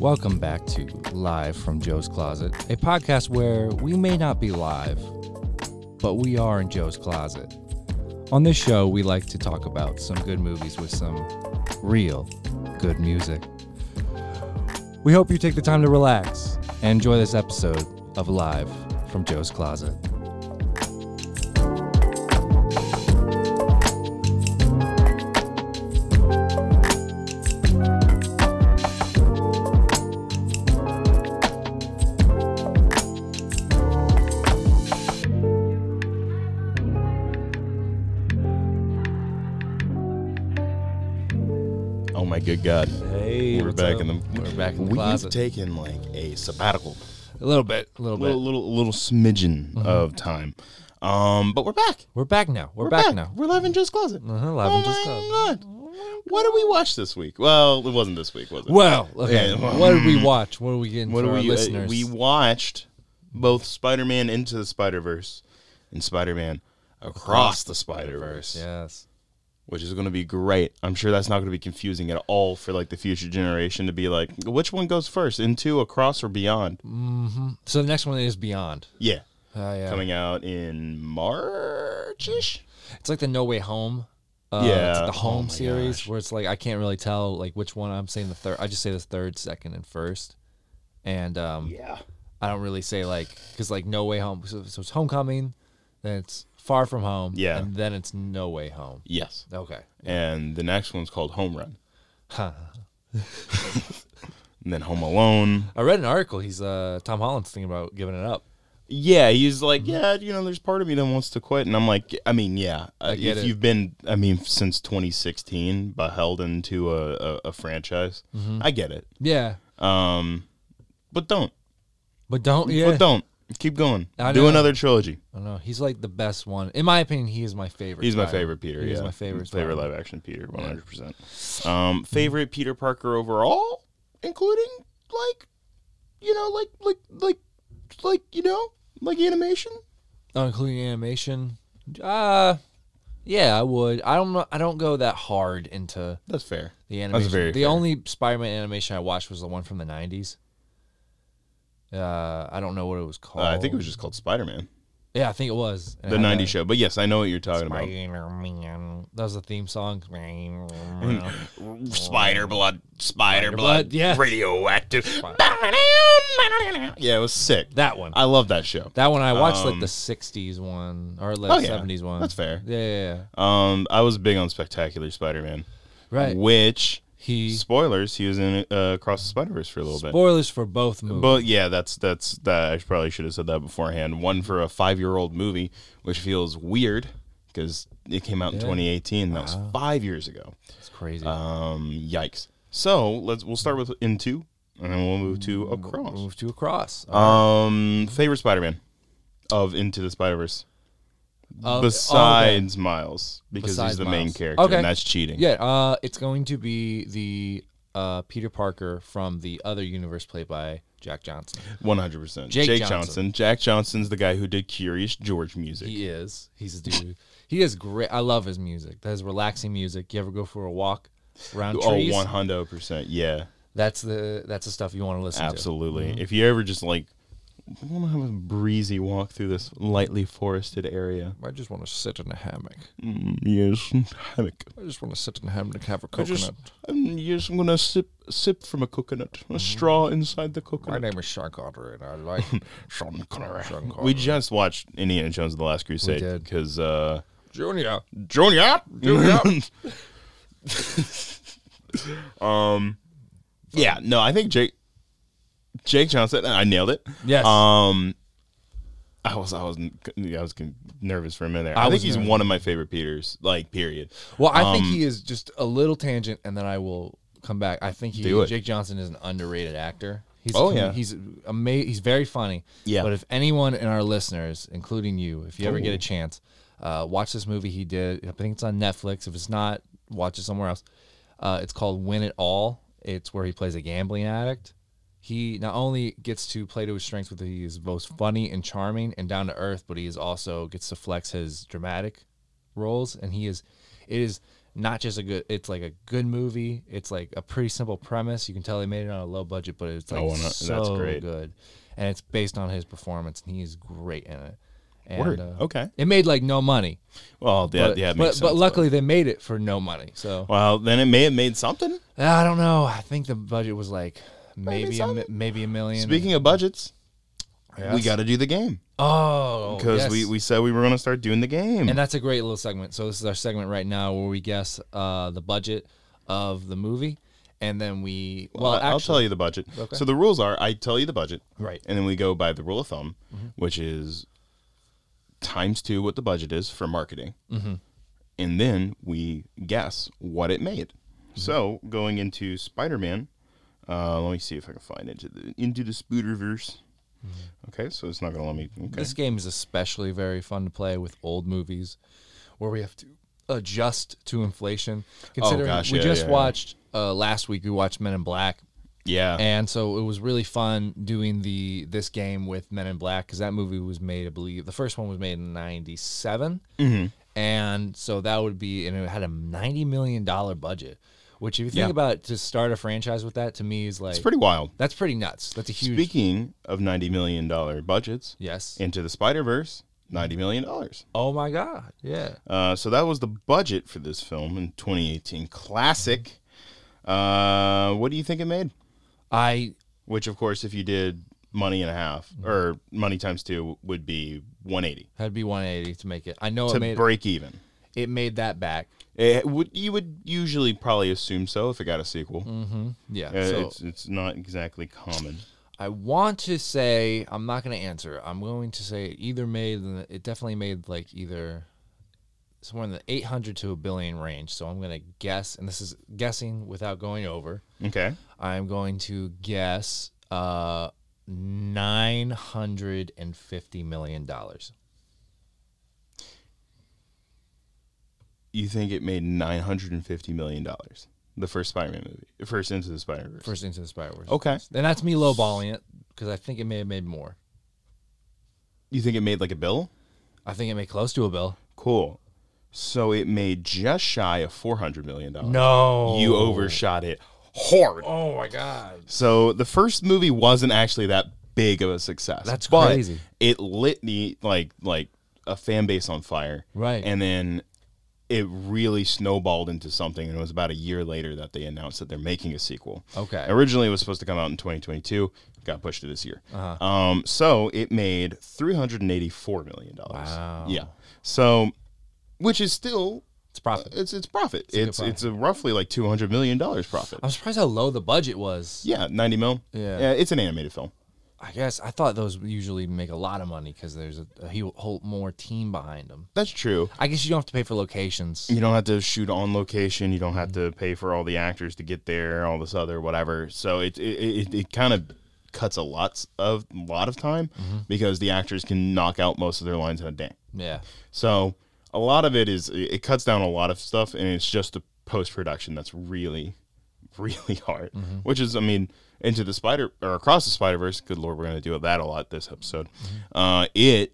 Welcome back to Live from Joe's Closet, a podcast where we may not be live, but we are in Joe's Closet. On this show, we like to talk about some good movies with some real good music. We hope you take the time to relax and enjoy this episode of Live from Joe's Closet. Oh my good God. Hey, we're what's back up? in the we're back in the We've closet. taken like a sabbatical, a little bit, a little a bit. Mm-hmm. little little little smidgen of time, um, but we're back. We're back now. We're, back, now. We're live in Joe's closet. Uh-huh, live oh in Joe's Oh my God. What did we watch this week? Well, it wasn't this week, was it? Well, okay. Yeah, well, mm. what did we watch? What are we getting what for do our we? uh, listeners? we watched both Spider-Man into the Spider-Verse and Spider-Man across the Spider-Verse, yes. which is going to be great. I'm sure that's not going to be confusing at all for like the future generation to be like, which one goes first, into, across, or beyond? So the next one is Beyond. Yeah. Uh, yeah. coming out in March ish. It's like the No Way Home. Uh, Yeah. It's like the Oh Home my series gosh. where it's like I can't really tell like which one I'm saying the third. I just say the third, second, and first, and um, Yeah. I don't really say like because like No Way Home. So, so it's Homecoming, then it's Far From Home. Yeah. And then it's No Way Home. Yes. Okay. And the next one's called Home Run. Huh. And then Home Alone. I read an article. He's uh Tom Holland's thinking about giving it up. Yeah, he's like, yeah, you know, there's part of me that wants to quit, and I'm like, I mean, yeah, uh, get if it. you've been, I mean, since 2016, but held into a, a, a franchise, I get it. Yeah. Um, but don't, But don't. Yeah. but don't keep going. I Do know. another trilogy. I don't know. He's like the best one. In my opinion, he is my favorite. He's my Spider-Man. favorite Peter. He's yeah. my favorite. favorite Spider-Man. live action Peter, one hundred percent. Um, favorite Peter Parker overall, including like, you know, like like like like you know, like animation. Oh, including animation. Uh yeah, I would. I don't know. I don't go that hard into That's fair. the animation. very the fair. only Spider-Man animation I watched was the one from the '90s. Uh, I don't know what it was Uh, called. I think it was just called Spider Man, yeah, I think it was And the it had '90s that- show. But yes, I know what you're talking Spider-Man. That was the theme song. about. Spider blood, spider blood, yeah. radioactive. Yeah, it was sick. that one. I love that show. that one I watched like Um, the '60s one or the Oh, yeah. '70s one. That's fair. Yeah, yeah, yeah. Um, I was big on Spectacular Spider Man, right. which He spoilers he was in uh, Across the Spider Verse for a little bit. spoilers for both movies. But yeah, that's that's that. I probably should have said that beforehand. One for a five-year-old movie, which feels weird because it came out in 2018. That was five years ago. It's crazy. Um, yikes. So let's we'll start with into, and then we'll move to across. Move to across. Um, favorite Spider-Man of Into the Spider-Verse Of- besides Miles because Besides he's the main Miles. character, Okay. and that's cheating. Yeah, uh, it's going to be the uh, Peter Parker from the other universe played by Jack Johnson. one hundred percent. Jake Jake, Johnson. Johnson. Jack Johnson's the guy who did Curious George music. He is. He's a dude. he is great. I love his music. That is relaxing music. You ever go for a walk around Oh, trees? one hundred percent. Yeah. That's the that's the stuff you want to listen Absolutely. If you ever just like want to have a breezy walk through this lightly forested area, to. I just want to sit in a hammock. Mm. Mm-hmm. yes, hammock. I just want to sit in a hammock and have a I coconut. just, um, yes, I'm gonna sip sip from a coconut, Mm-hmm. a straw inside the My coconut. name is Sean Carter, and I like Sean Connery. Sean Carter. We just watched Indiana Jones: and The Last Crusade did. because uh, Junior. Johnny up, Johnny up. um, yeah, no, I think Jake Jake Johnson. I nailed it. Yes. Um, I was I was I was con- nervous for a minute. there. I I, was think he's nervous. one of my favorite Peters. Like period. Well, I Um, think he is just a little tangent, and then I will come back. I think he, Do it. Jake Johnson is an underrated actor. He's Oh, com- yeah. he's ama- He's very funny. Yeah. But if anyone in our listeners, including you, if you ever get a chance, uh, watch this movie he did. I think it's on Netflix. If it's not, watch it somewhere else. Uh, it's called Win It All. It's where he plays a gambling addict, He not only gets to play to his strengths with he is both funny and charming and down to earth, but he is also gets to flex his dramatic roles, and he is it is not just a good. It's like a good movie. It's like a pretty simple premise. You can tell they made it on a low budget, but it's like Oh, and that's so great. good, and it's based on his performance, and he is great in it. And, Word. uh, okay. It made like no money, Well, yeah, but, yeah, it but, makes but sense, luckily they made it for no money. So well, then it may have made something. I don't know. I think the budget was like maybe a, mi- something. maybe a million. Speaking of budgets, we Yes. got to do the game oh because we, yes. we said we were going to start doing the game. and that's a great little segment. So this is our segment right now where we guess uh, the budget of the movie, and then we well, Well, I- I'll actually tell you the budget. So the rules are: I tell you the budget, Right. Mm-hmm. and then we go by the rule of thumb, which is times two what the budget is for marketing, Mm-hmm. and then we guess what it made. Mm-hmm. So going into Spider-Man, uh, let me see if I can find it into the into the Spooderverse. Okay, so it's not gonna let me. Okay. Mm-hmm. this game is especially very fun to play with old movies, where we have to adjust to inflation. Considering Oh, gosh, we yeah, just yeah, yeah. watched uh, last week, we watched Men in Black, yeah, and so it was really fun doing the this game with Men in Black because that movie was made, I believe, the first one was made in '97, Mm-hmm. and so that would be, and it had a ninety million dollar budget, which if you think Yeah. about to start a franchise with that, to me is like it's pretty wild. that's pretty nuts. That's a huge Speaking of ninety million dollar budgets, yes. into the Spider Verse, ninety million dollars. Oh my god, yeah. Uh, so that was the budget for this film in 2018. Classic. Uh, what do you think it made? I Which, of course, if you did money and a half Mm-hmm. or money times two, would be 180 had to be one eighty to make it. I know to it made break even. it made that back. It would you would usually probably assume so if it got a sequel. Yeah. Uh, Mm. so it's it's not exactly common. I want to say I'm not going to answer. I'm going to say it either made it definitely made like either somewhere in the 800 to a billion range. So I'm going to guess, and this is guessing without going over. Okay, I'm going to guess uh, 950 million dollars. you think it made 950 million dollars? The first Spider-Man movie, the first Into the Spider-Verse. First into the Spider Verse. Okay, And that's me lowballing it because I think it may have made more. you think it made like a bill? I think it made close to a bill. Cool. So it made just shy of 400 million dollars. No. you overshot it hard. Oh my god. So the first movie wasn't actually that big of a success. That's but crazy. It lit the like like a fan base on fire. Right. And then it really snowballed into something and it was about a year later that they announced that they're making a sequel. Okay. Originally it was supposed to come out in 2022, got pushed to this year. Uh-huh. Um so it made 384 million dollars. Wow. Yeah. So which is still uh, It's profit. it's it's profit. It's profit. it's, a roughly like 200 million dollars profit. I'm surprised how low the budget was. Yeah, 90 mil. Yeah. It's an animated film. I guess I thought those usually make a lot of money because there's a, a he- whole more team behind them. That's true. I guess you don't have to pay for locations. You don't have to shoot on location. You don't have to pay for all the actors to get there, all this other whatever. So it it, it, it kind of cuts a lot of lot of time because the actors can knock out most of their lines in a day. Yeah, So a lot of it is it cuts down a lot of stuff, and it's just the post production that's really, really hard. Which is, I mean, into the spider or across the Spider Verse. Good lord, we're gonna deal with that a lot this episode. Uh, it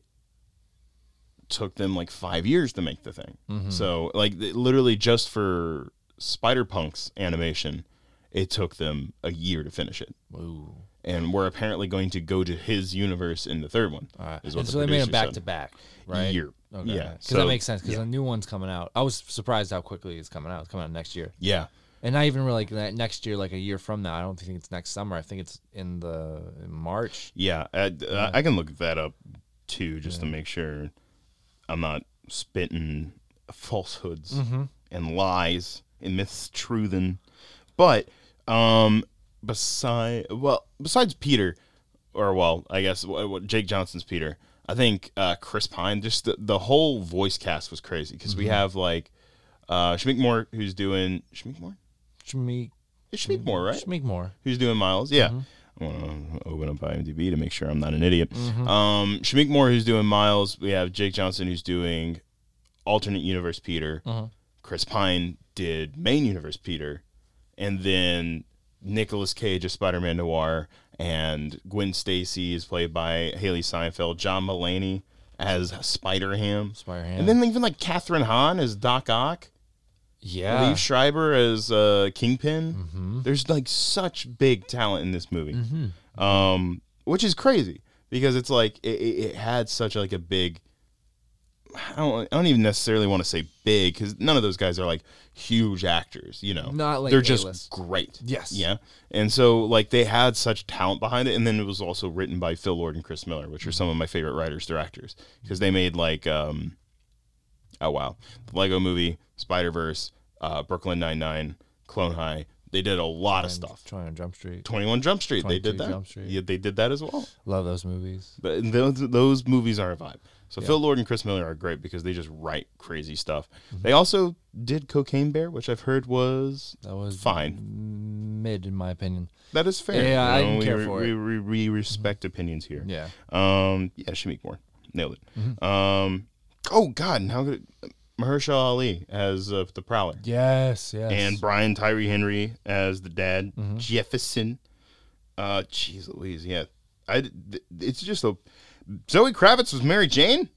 took them like five years to make the thing. Mm-hmm. Hmm. So like th- literally just for Spider Punk's animation, it took them a year to finish it. Ooh. And we're apparently going to go to his universe in the third one. all right. is what And the so they made producer them back said. to back, right? Year. Okay. Yeah. because that makes sense. Because the new one's coming out. I was surprised how quickly it's coming out. It's coming out next year, Yeah. and I even really like that next year, like a year from now. I don't think it's next summer. I think it's in the in March. Yeah, I, I can look that up too, just to make sure I'm not spitting falsehoods Mm. and lies and mistruthing. But um, beside well, besides Peter, or well, I guess wh- wh- Jake Johnson's Peter. I think uh, Chris Pine. Just the, the whole voice cast was crazy because we have like uh, Schmick Moore, who's doing Schmick Moore. Shmeek, It's Schmick Moore, right? Shmeek Moore. who's doing Miles. Yeah. I want to open up IMDb to make sure I'm not an idiot. Um, Shamik Moore, who's doing Miles. We have Jake Johnson, who's doing alternate universe Peter. Chris Pine did main universe Peter. And then Nicolas Cage as Spider Man Noir. and Gwen Stacy is played by Haley Seinfeld. John Mulaney as Spider Ham, Spider and then even like Catherine Hahn as Doc Ock. yeah. Mm-hmm. Liev Schreiber as uh, Kingpin. There's like such big talent in this movie, um, which is crazy because it's like it, it, it had such like a big. I don't. I don't even necessarily want to say big because none of those guys are like huge actors. You know, Not, like, they're just A-list. great. Yes. Yeah. And so like they had such talent behind it, and then it was also written by Phil Lord and Chris Miller, which are some of my favorite writers directors because they made like um, oh wow, the Lego Movie, Spider Verse, uh, Brooklyn Nine Nine, Clone High. They did a lot of stuff. Trying on Jump Street. Twenty One Jump Street. They did 22 that. Jump Street. Yeah, they did that as well. Love those movies. But those those movies are a vibe. So Phil Lord and Chris Miller are great because they just write crazy stuff. Mm-hmm. They also did Cocaine Bear, which I've heard was That was fine. mid, in my opinion. That is fair. Yeah, I didn't we care re- for we, it. We, we respect opinions here. Yeah. Mm-hmm. Um. Yeah, Shamik Moore nailed it. Um. Oh God, and how could Mahershala Ali as uh, the Prowler Yes, yes. Mm-hmm. and Brian Tyree Henry as the dad Jefferson. Uh, jeez Louise, yeah. I d- th- it's just a Zoe Kravitz was Mary Jane.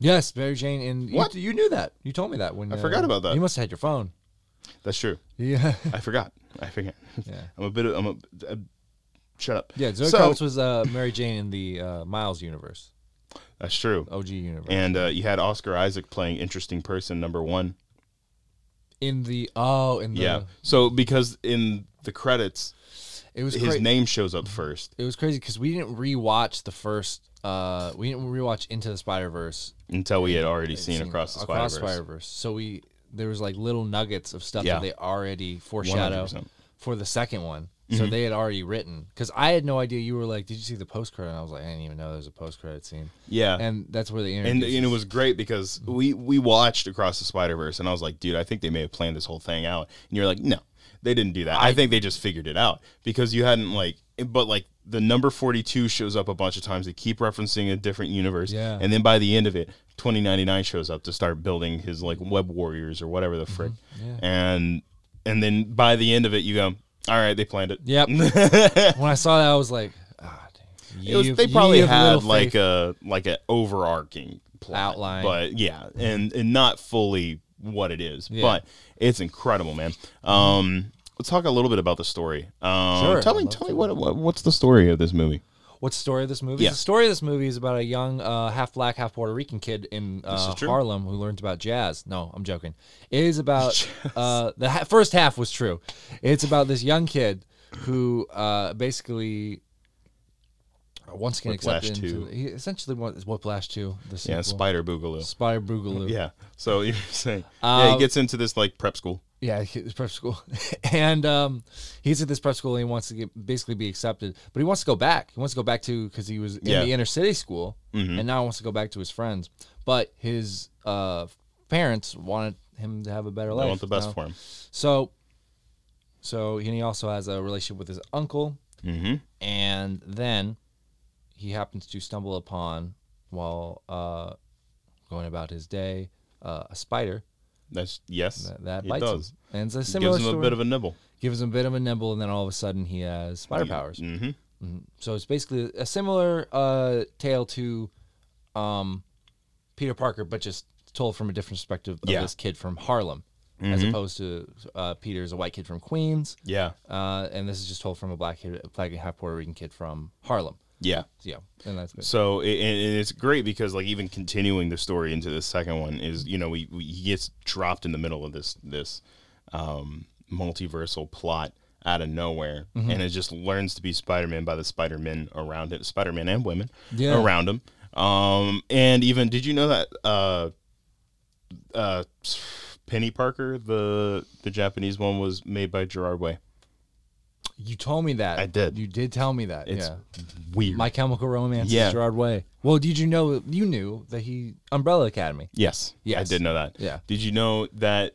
yes, Mary Jane. And you- What? You, knew that. You told me that when I forgot about that. You must have had your phone. That's true. Yeah. I forgot. I forget. Yeah. I'm a bit. Of, I'm a. uh shut up. Yeah, Zoe So- Kravitz was uh, Mary Jane in the uh, Miles universe, That's true. OG universe. And uh, you had Oscar Isaac playing interesting person number one. in the oh, in the Yeah. So because in the credits, it was his cra- name shows up first it was crazy because we didn't rewatch the first. Uh, we didn't rewatch Into the Spider Verse. until we had already seen across the Spider Verse. So we there was like little nuggets of stuff Yeah. that they already foreshadow 100%. for the second one. Mm-hmm. So they had already written because I had no idea. You were like, "Did you see the post credit?" And I was like, "I didn't even know there was a post credit scene." Yeah. And, And that's where the and it was great because we we watched across the Spider Verse and I was like, dude, I think they may have planned this whole thing out. And you're like, no, they didn't do that. I, think they just figured it out because you hadn't like, but like the number 42 shows up a bunch of times. They keep referencing a different universe. Yeah. And then by the end of it, 2099 shows up to start building his like web warriors or whatever the frick. Yeah. And and then by the end of it, you go, all right, they planned it. yep. when I saw that, I was like, "Ah, dang. It was, You- they you probably have had little like faith." a like an overarching plot, Outline. but yeah, and and not fully what it is, Yeah. but it's incredible, man. Um, let's talk a little bit about the story. Um, Sure, tell I'd me, love tell me what, what what's the story of this movie? What's the story of this movie? Yeah. The story of this movie is about a young, uh, half black, half Puerto Rican kid in uh, is true. Harlem who learns about jazz. No, I'm joking. It is about uh, the ha- first half was true. It's about this young kid who uh, basically once again Whiplash accepted into 2. he essentially what is Whiplash Two. The Yeah, sequel. Spider Boogaloo. Spider Boogaloo. Yeah, so you're saying yeah, he Um, gets into this like prep school. Yeah, he- it's prep school, and um, he's at this prep school and he wants to get, basically be accepted, but he wants to go back. He wants to go back to because he was in Yeah. Mm-hmm. the inner city school, and now he wants to go back to his friends. But his uh, parents wanted him to have a better life. I want the best you know? for him. So, so and he also has a relationship with his uncle, Mhm. and then he happens to stumble upon while uh, going about his day uh, a spider That's yes, that, that it bites does. him, and it's a It similar Gives him story a bit of a nibble. gives him a bit of a nibble, and then all of a sudden he has spider powers. Mm-hmm. hmm So it's basically a similar uh, tale to um, Peter Parker, but just told from a different perspective of Yeah. Mm-hmm. this kid from Harlem, as opposed to uh, Peter is a white kid from Queens, Yeah, uh, and this is just told from a black kid, black and half Puerto Rican kid from Harlem. yeah. So, yeah, and that's good. So it, and and it's great because like even continuing the story into the second one is you know we, we he gets dropped in the middle of this this um, multiversal plot out of nowhere Mm-hmm. and it just learns to be Spider-Man by the Spider-Men around it Spider-Man and women Yeah. around him um, and even did you know that uh, uh, Penny Parker the the Japanese one was made by Gerard Way You told me that. I did. You did tell me that. it's yeah. weird My Chemical Romance Yeah. is Gerard Way. Well, did you know you knew that he Umbrella Academy? Yes. I Yes. did know that. Yeah. Did you know that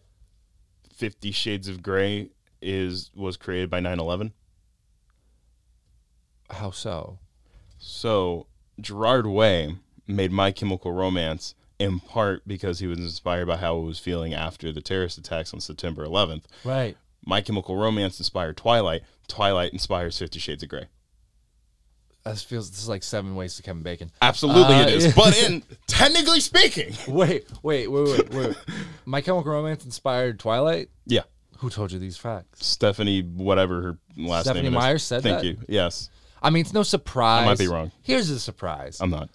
Fifty Shades of Grey is was created by 9-11? How so? So Gerard Way made My Chemical Romance in part because he was inspired by how he was feeling after the terrorist attacks on September 11th. Right. My Chemical Romance inspired Twilight. Twilight inspires Fifty Shades of Grey. This feels this is like seven ways to Kevin Bacon. Absolutely, Uh, it is. But in technically speaking, Wait, wait, wait, wait, wait. My Chemical Romance inspired Twilight. yeah, Who told you these facts? Stephanie, whatever her last Stephanie name Meyer is. said Thank that? you. Yes, I mean, it's no surprise. might be wrong. Um, Here's the surprise. Um, I'm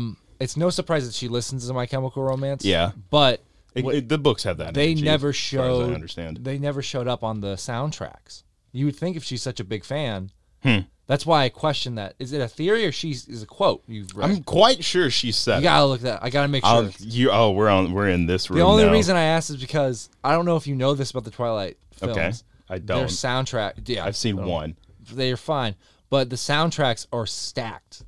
not. it's no surprise that she listens to My Chemical Romance. Yeah. but It- what- it- the books have that. they energy, never as far as showed. I understand. They never showed up on the soundtracks. You would think if she's such a big fan. Hmm. That's why I question that. Is it a theory or she's is a quote you've read? I'm quite sure she said. you it. gotta look that. I gotta make sure. I'll- you. Oh, we're on. We're in this room. The only now. reason I asked is because I don't know if you know this about the Twilight films. Okay. Their I don't. soundtrack. Yeah, I've seen I don't- one. They're fine, but the soundtracks are stacked.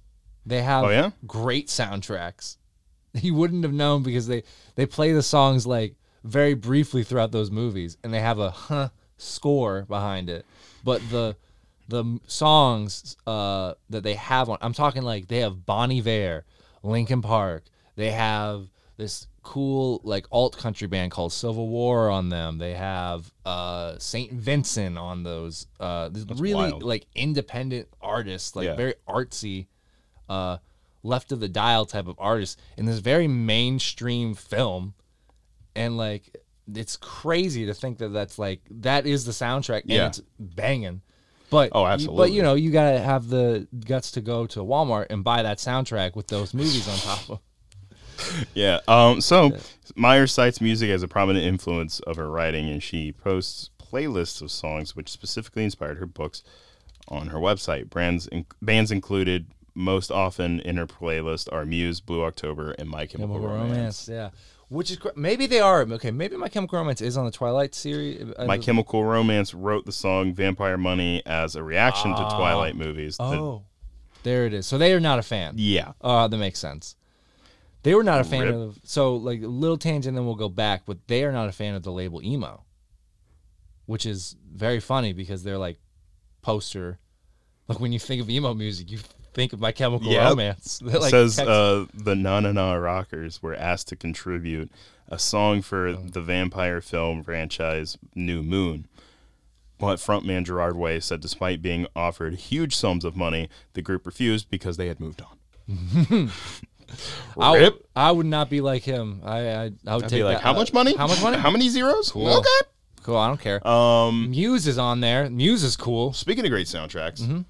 They have Oh, yeah? great soundtracks. You wouldn't have known because they they play the songs like very briefly throughout those movies, and they have a huh score behind it. But the the m- songs uh, that they have on, I'm talking like they have Bon Iver, Linkin Park. They have this cool like alt country band called Civil War on them. They have uh, Saint Vincent on those. Uh, this really wild. like independent artists, like Yeah. very artsy, uh, left of the dial type of artists in this very mainstream film, and like it's crazy to think that that's like that is the soundtrack and Yeah. it's banging. But Oh, you- But absolutely. you know, you gotta have the guts to go to Walmart and buy that soundtrack with those movies on top of. Yeah. Um, so Meyer cites music as a prominent influence of her writing, and she posts playlists of songs which specifically inspired her books on her website. Brands in- bands included most often in her playlist are Muse, Blue October, and My Chemical Chemical Romance. Romance, yeah. Which is cr- maybe they are okay. Maybe My Chemical Romance is on the Twilight series. uh, My Chemical Romance wrote the song "Vampire Money" as a reaction to Twilight movies. The- Ah. oh, there it is. So they are not a fan. yeah. Uh, that makes sense. They were not a fan Rip. of so like a little tangent, then we'll go back. But they are not a fan of the label emo, which is very funny because they're like poster. Like when you think of emo music, you think of My Chemical Yep. Romance. They're, like, says text- uh, the Na Na Na Rockers were asked to contribute a song for Oh. the vampire film franchise New Moon. But frontman Gerard Way said, despite being offered huge sums of money, the group refused because they had moved on. I, Rip. I would not be like him. I I, I would I'd take be like, that- how uh, much money? How much money? How many zeros? Cool. Okay. cool. I don't care. Um, Muse is on there. Muse is cool. speaking of great soundtracks,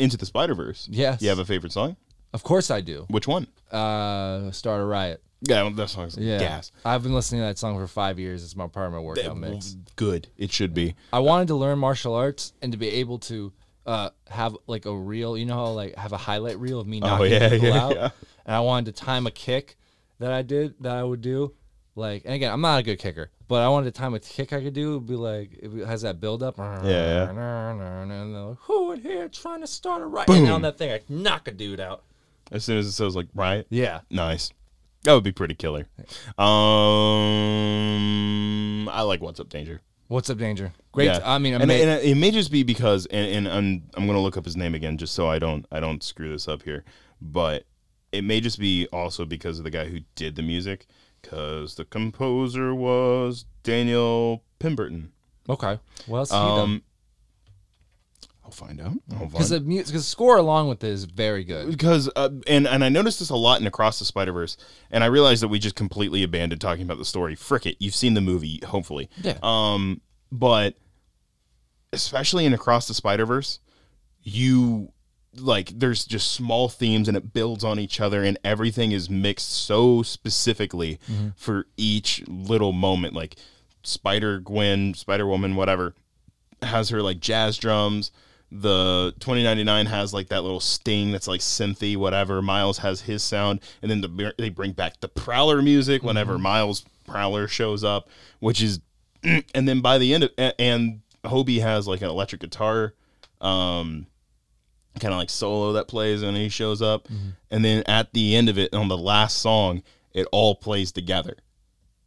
Into the Spider Verse. Mm-hmm. Yes. You have a favorite song? Of course I do. Which one? Uh, Start a riot. Yeah, that song's Yeah. gas. I've been listening to that song for five years. It's my part of my workout mix. Good. It should be. I wanted to learn martial arts and to be able to uh, have like a reel, you know how like have a highlight reel of me knocking Oh, yeah, people yeah, out, yeah. and I wanted to time a kick that I did that I would do, like and again I'm not a good kicker, but I wanted to time a kick I could do It would be like it has that build up, yeah, yeah. and they're like who in here trying to start a riot and on that thing I knock a dude out, As soon as it says, like, right? yeah, Nice. That would be pretty killer. Um, I like What's Up Danger. what's up danger? Great, Yeah. I mean, and, and it may just be because, and, and I'm I'm gonna look up his name again just so I don't I don't screw this up here, but it may just be also because of the guy who did the music, because the composer was Daniel Pemberton. okay, what else? Um, I'll find out. I'll find because the mu- 'cause the score along with it is very good. because uh, and and I noticed this a lot in Across the Spider Verse, and I realized that we just completely abandoned talking about the story. Frick it, you've seen the movie, hopefully. Yeah. Um, but especially in Across the Spider Verse, you like there's just small themes and it builds on each other and everything is mixed so specifically for each little moment like spider gwen spider woman whatever has her like jazz drums. The 2099 has like that little sting that's like synthy, whatever. Miles has his sound, and then the, they bring back the Prowler music whenever Miles Prowler shows up, which is, and then by the end of a- and Hobie has like an electric guitar, um, kind of like solo that plays, and he shows up, Mm-hmm. and then at the end of it on the last song, it all plays together,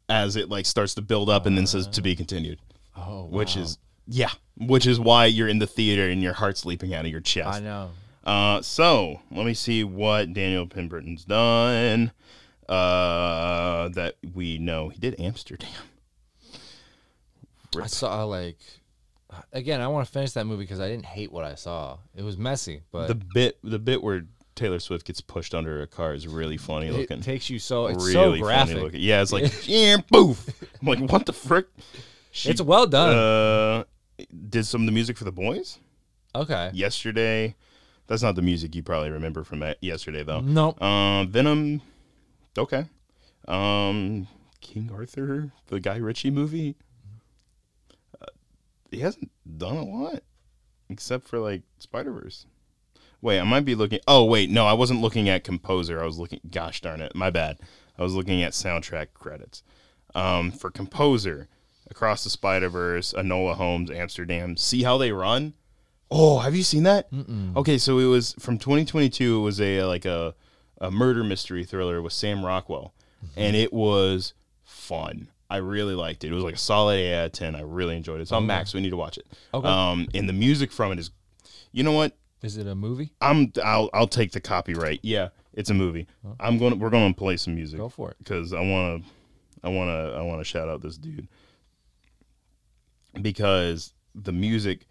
as it like starts to build up, and then says to be continued Oh, which is yeah, which is why you're in the theater and your heart's leaping out of your I chest. know. Uh, so let me see what Daniel Pemberton's done uh, that we know. He did Amsterdam. I saw like Again, I want to finish that movie because I didn't hate what I saw. It was messy, but The bit the bit where Taylor Swift gets pushed under a car is really funny it looking. takes you so it's really so funny graphic. looking. Yeah, it's like yeah, poof. I'm like, what the frick? She, It's well done. uh, did some of the music for the boys okay. yesterday. That's not the music you probably remember from that yesterday though. Nope. Um, Venom. Okay. Um, King Arthur, the Guy Ritchie movie. Uh, he hasn't done a lot, except for like Spider Verse. Wait, I might be looking. Oh wait, no, I wasn't looking at composer. I was looking. Gosh darn it, my bad. I was looking at soundtrack credits. Um, for composer, Across the Spider Verse, Anola Holmes, Amsterdam. See how they run. Oh, have you seen that? Okay, so it was from 2022. It was a like a a murder mystery thriller with Sam Rockwell, and it was fun. I really liked it. It was like a solid eight out of ten. I really enjoyed it. It's on Max. We need to watch it. Okay. Um, and the music from it is, you know what? Is it a movie? I'm I'll I'll take the copyright. Yeah, it's a movie. I'm going. to We're going to play some music Go for it. because I want to, I want to, I want to shout out this dude because the music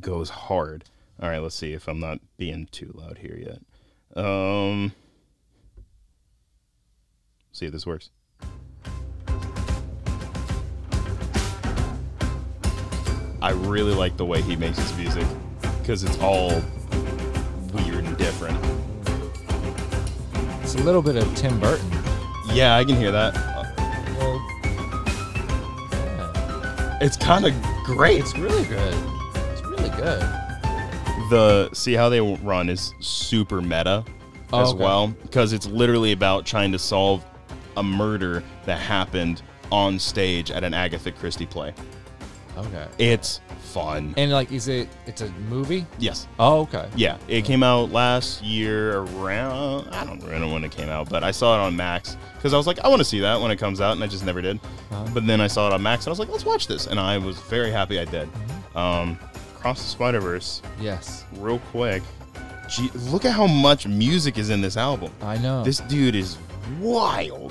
goes hard. All right, let's see if I'm not being too loud here yet. Um, see if this works. I really like the way he makes his music because it's all weird and different. It's a little bit of Tim Burton. Yeah, I can hear that. Well, yeah. It's kind of great. it's really good. It's really good. The see how they run is super meta Oh, as okay. well because it's literally about trying to solve a murder that happened on stage at an Agatha Christie play. Okay. It's fun. And like, is it? It's a movie. yes. Oh, okay. Yeah, it came out last year around. I don't remember when it came out, but I saw it on Max because I was like, I want to see that when it comes out, and I just never did. Uh-huh. But then I saw it on Max, and I was like, let's watch this, and I was very happy I did. Um, Cross the Spider Verse, Mm-hmm. Yes, real quick. Gee, look at how much music is in this album. I know. This dude is wild.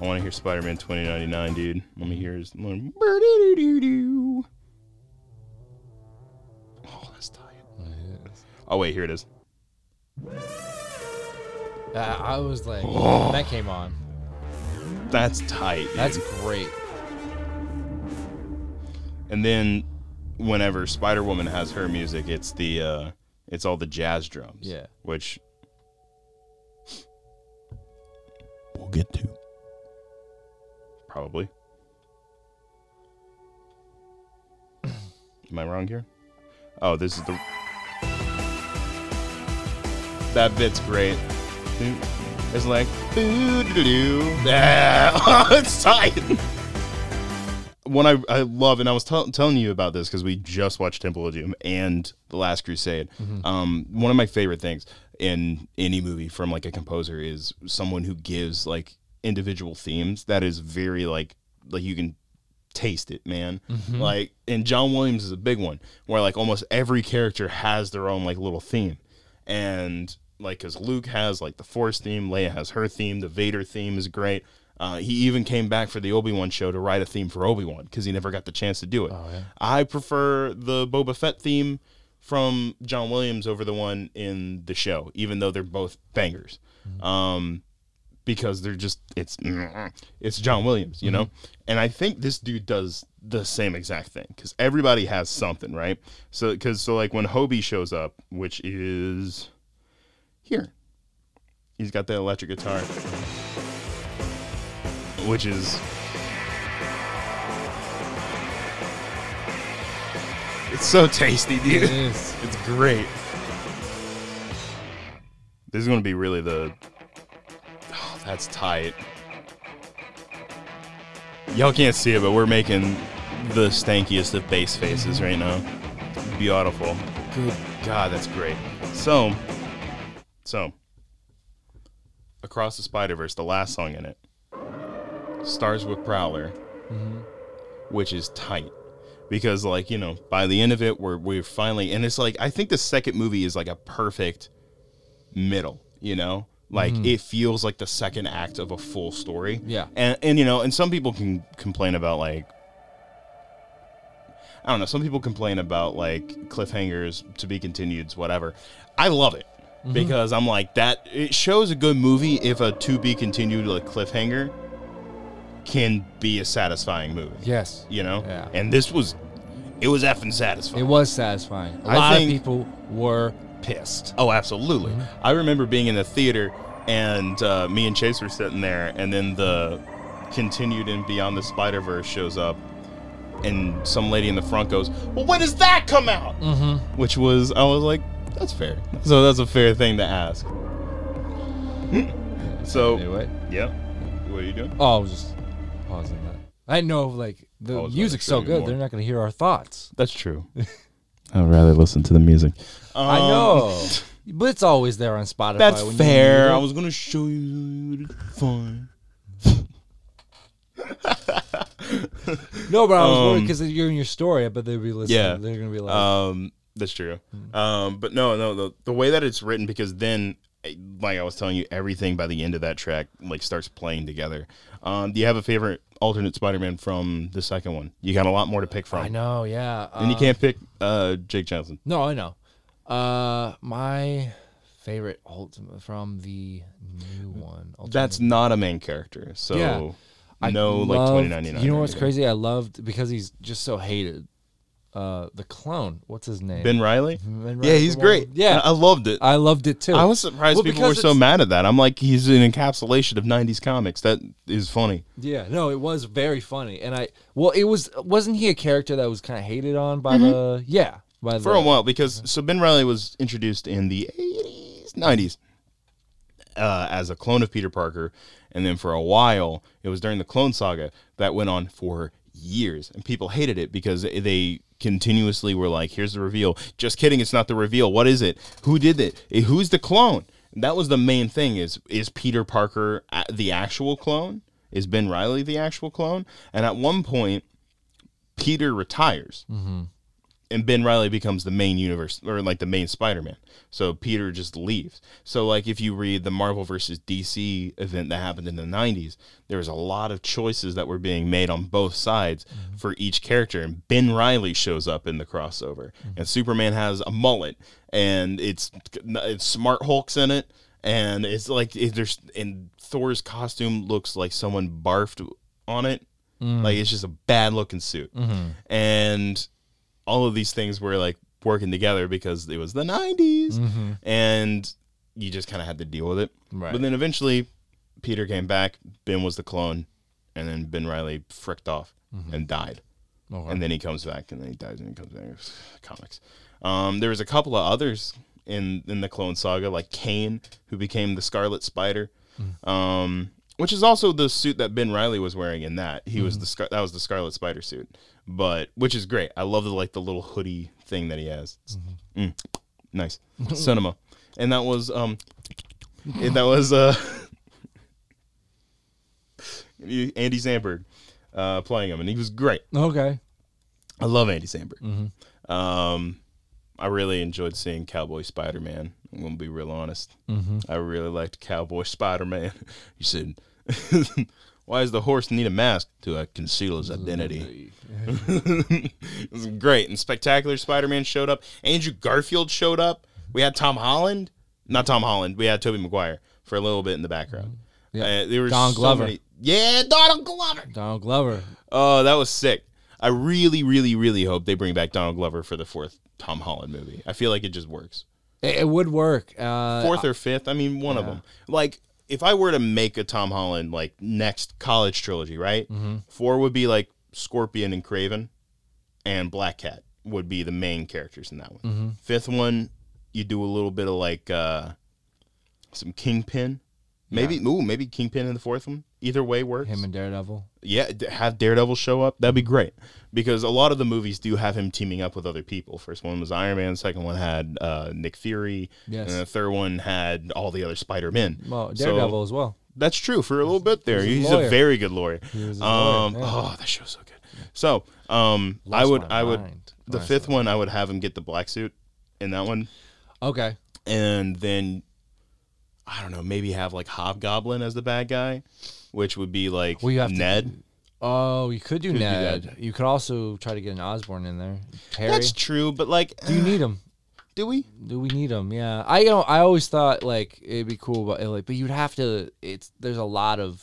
I want to hear Spider Man 2099, dude. Let me hear his. Oh, that's tight. Oh, wait, here it is. Uh, I was like, Oh. that came on. That's tight. dude. That's great. and then whenever Spider Woman has her music, it's the uh, it's all the jazz drums. Yeah. which we'll get to probably. Am I wrong here? Oh, this is the that bit's great. It's like boo doo doo. Ah, it's tight. One I, I love, and I was tell telling you about this because we just watched Temple of Doom and The Last Crusade. Um, one of my favorite things in any movie from like a composer is someone who gives like individual themes that is very like like you can taste it, man. Like, and John Williams is a big one where like almost every character has their own like little theme, and like because Luke has like the Force theme, Leia has her theme, the Vader theme is great. Uh, he even came back for the Obi Wan show to write a theme for Obi Wan because he never got the chance to do it. Oh, yeah. I prefer the Boba Fett theme from John Williams over the one in the show, even though they're both bangers. Mm-hmm. Um, because they're just it's it's John Williams, you know. And I think this dude does the same exact thing because everybody has something, right? So because so like when Hobie shows up, which is here, he's got the electric guitar, which is. It's so tasty, dude. It is. It's great. This is going to be really the. Oh, that's tight. Y'all can't see it, but we're making the stankiest of bass faces right now. Beautiful. Good God, that's great. So, so, Across the Spider Verse, the last song in it, starts with Prowler, which is tight because like you know by the end of it we're we're finally and it's like i think the second movie is like a perfect middle you know like it feels like the second act of a full story Yeah. and and you know and some people can complain about like I don't know. Some people complain about like cliffhangers, to be continued, whatever. I love it because I'm like that. It shows a good movie if a to be continued like cliffhanger can be a satisfying movie. Yes. You know. Yeah. And this was, it was effing satisfying. It was satisfying. A I lot think- of people were pissed. Oh, absolutely. Mm-hmm. I remember being in the theater, and uh, me and Chase were sitting there, and then the continued and Beyond the Spider Verse shows up, and some lady in the front goes, "Well, when does that come out?" Mm-hmm. Which was, I was like, "That's fair." So that's a fair thing to ask. so, Anyway. yeah. What are you doing? Oh, I was just pausing that. I didn't know like the I was music's so wondering good, more. they're not going to hear our thoughts. That's true. I'd rather listen to the music. I Um, know, but it's always there on Spotify. That's when you fair. need I it. was gonna show you. It's fine. no, but I was worried Um, because you're in your story. I bet they'd be listening. Yeah. they're going to be like, Um, that's true. Um, but no, no, the, the way that it's written, because then, eh, like I was telling you, everything by the end of that track like starts playing together. Um, do you have a favorite alternate Spider-Man from the second one? You got a lot more to pick from, I know, yeah. Uh, and you can't pick uh Jake Johnson. no, I know. Uh, my favorite ultimate from the new one. Ultimate. That's not a main character, so Yeah. I no like loved- twenty ninety nine. You know what's crazy? I loved because he's just so hated. Uh, the clone. What's his name? Ben Riley. Ben Yeah, Reilly, he's the one- great. Yeah, I I loved it. I loved it too. I was surprised Well, people were because so it's- mad at that. I'm like, he's an encapsulation of '90s comics. That is funny. Yeah, no, it was very funny, and I well, it was wasn't he a character that was kind of hated on by the yeah by for the a while because so Ben Riley was introduced in the 80s, 90s uh, as a clone of Peter Parker, and then for a while it was during the Clone Saga that went on for years, and people hated it because they continuously were like, "Here's the reveal." Just kidding, it's not the reveal. What is it? Who did it? Eh, Who's the clone? That was the main thing: is is Peter Parker a- the actual clone? Is Ben Riley the actual clone? And at one point, Peter retires and Ben Riley becomes the main universe or like the main Spider-Man. So Peter just leaves. So like if you read the Marvel versus DC event that happened in the 90s, there was a lot of choices that were being made on both sides for each character and Ben Riley shows up in the crossover. And Superman has a mullet and it's it's Smart Hulk's in it and it's like it, there's and Thor's costume looks like someone barfed on it. Like it's just a bad looking suit. Mm-hmm. And all of these things were like working together because it was the 90s and you just kind of had to deal with it. Mm-hmm. Right. But then eventually Peter came back, Ben was the clone, and then Ben Riley fricked off and died. Okay. And then he comes back and then he dies and he comes back. Comics. Um, there was a couple of others in, in the Clone Saga, like Kane, who became the Scarlet Spider. Um, which is also the suit that Ben Riley was wearing in that. He was the Scar- that was the Scarlet Spider suit, but which is great. I love the like the little hoodie thing that he has. Mm. Nice cinema, and that was um, and that was uh, Andy Samberg uh, playing him, and he was great. okay I love Andy Samberg. Mm-hmm. Um, I really enjoyed seeing Cowboy Spider Man. I'm gonna be real honest. Mm-hmm. I really liked Cowboy Spider Man. He said, "Why does the horse need a mask to uh, conceal his identity?" it was great and spectacular. Spider Man showed up. Andrew Garfield showed up. We had Tom Holland, not Tom Holland. We had Toby Maguire for a little bit in the background. Mm-hmm. Yeah. Uh, there were Don so Glover. many- yeah, Donald Glover. Donald Glover. Oh, that was sick. I really, really, really hope they bring back Donald Glover for the fourth Tom Holland movie. I feel like it just works. It, it would work. Uh, Fourth or fifth, I mean, one of them. Like, if I were to make a Tom Holland, like, next college trilogy, right? Mm-hmm. Four would be, like, Scorpion and Craven, and Black Cat would be the main characters in that one. Mm-hmm. Fifth one, you do a little bit of, like, uh, some Kingpin. Maybe, ooh, maybe Kingpin in the fourth one. Either way works him and Daredevil. yeah, d- have Daredevil show up. That'd be great because a lot of the movies do have him teaming up with other people. First one was Iron Man. Second one had uh, Nick Fury. Yes. And the third one had all the other Spider Men. Well, Daredevil as well. that's true for a little bit there. he was a He's lawyer. a very good lawyer. was a um, lawyer, yeah. Oh, that show's so good. So um, I Lost would, my I would, mind the when I fifth one, I would have him get the black suit in that one, Okay. and then I don't know, maybe have like Hobgoblin as the bad guy, which would be like Well, you have to- Ned. Oh, you could do Could do Ned. that. you could also try to get an Osborne in there. Harry. That's true, but like, do you need him? do we? Do we need him? Yeah. I you know, I always thought like it'd be cool, but like, but you'd have to. It's there's a lot of.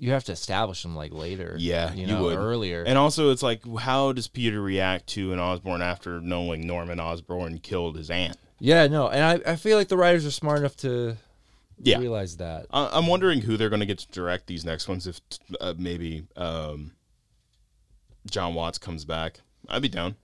You have to establish him like later. Yeah, you you know, would. earlier. And also, it's like, how does Peter react to an Osborne after knowing Norman Osborne killed his aunt? yeah, no, and I, I feel like the writers are smart enough to Yeah. realize that. I- I'm wondering who they're going to get to direct these next ones. If uh, maybe um, John Watts comes back, I'd be down.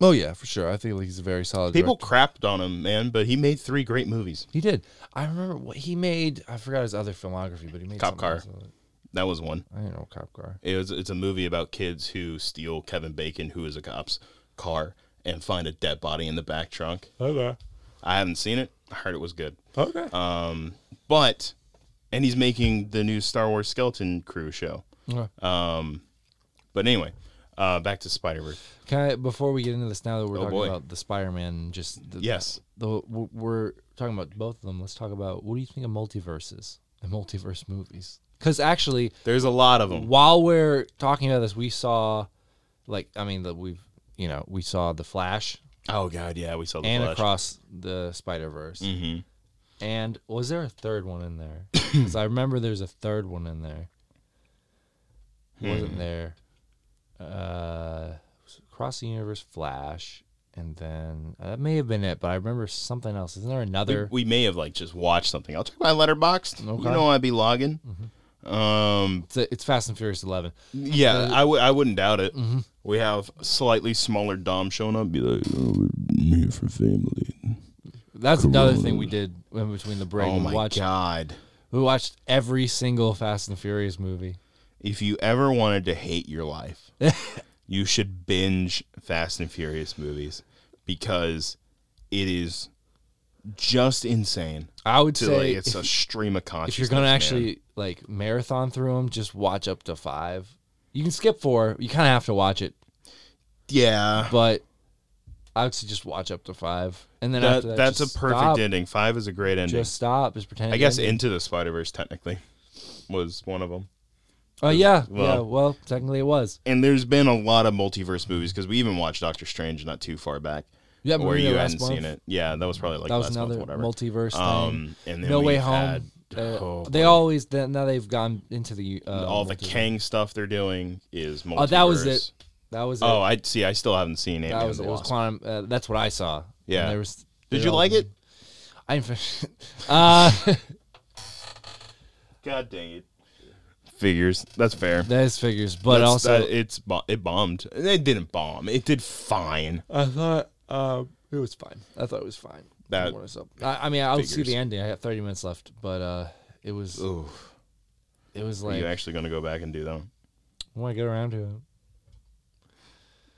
Oh yeah, for sure. I think like, he's a very solid. People crapped on him, man, but he made three great movies. He did. I remember what he made. I forgot his other filmography, but he made Cop something Car. else with it. That was one. I don't know cop car. It was it's a movie about kids who steal Kevin Bacon, who is a cop's car, and find a dead body in the back trunk. Okay. I haven't seen it. I heard it was good. Okay. Um, but and he's making the new Star Wars Skeleton Crew show. But anyway, uh, back to Spider Verse. Can I, before we get into this, now that we're talking Oh, boy. about the Spider-Man, just the, Yes. the, w- we're talking about both of them. Let's talk about what do you think of multiverses and multiverse movies? Because actually, There's a lot of them. while we're talking about this, we saw, like, I mean, that we've, you know, we saw the Flash Oh god, yeah, we saw the and Flash. across the Spider Verse. Mm-hmm. And was there a third one in there? Because I remember there's a third one in there. Hmm. Wasn't there? Uh, across the universe, Flash, and then uh, that may have been it. But I remember something else. Isn't there We, another? we may have like just watched something. I'll check my letterbox. Okay. You know I'd be logging. Um, It's, it's Fast and Furious Eleven. yeah, I w- I wouldn't doubt it. We have slightly smaller Dom showing up. Be like, oh, I'm here for family. That's another thing we did in between the break. Oh we my watched god! we watched every single Fast and Furious movie. If you ever wanted to hate your life, you should binge Fast and Furious movies because it is just insane. I would To say like, it's if- a stream of consciousness. if you're gonna man. actually like marathon through them, just watch up to five. You can skip four. You kind of have to watch it, yeah, but I would say just watch up to five, and then That, after that, that's a just perfect stop. ending. Five is a great ending. Just stop. Just pretend. I guess it. Into the Spider Verse technically was one of them. Oh yeah, well- yeah. Well, technically it was. And there's been a lot of multiverse movies because we even watched Doctor Strange not too far back. Yeah, where remember you last hadn't month? seen it. Yeah, that was probably like that was last another month, whatever. multiverse thing. um, and then no way we've home. had, Uh, oh, they always th- now they've gone into the uh, all the multiverse. Kang stuff they're doing is multiverse. Oh, that was it. That was it. Oh, I see. I still haven't seen it. that was it. Was quantum? Uh, that's what I saw. And Yeah. there was. Did they you all- like it? I didn't finish. it. Uh, God dang it! Figures. That's fair. that is figures, but That's- also that- it's bo- it bombed. It didn't bomb. It did fine. I thought uh, it was fine. I thought it was fine. That- I, wanna sub- I, I mean, I'll see Figures. the ending. I got 30 minutes left, but uh, it was Ooh. it was Are like you actually going to go back and do that? one? when I get around to it.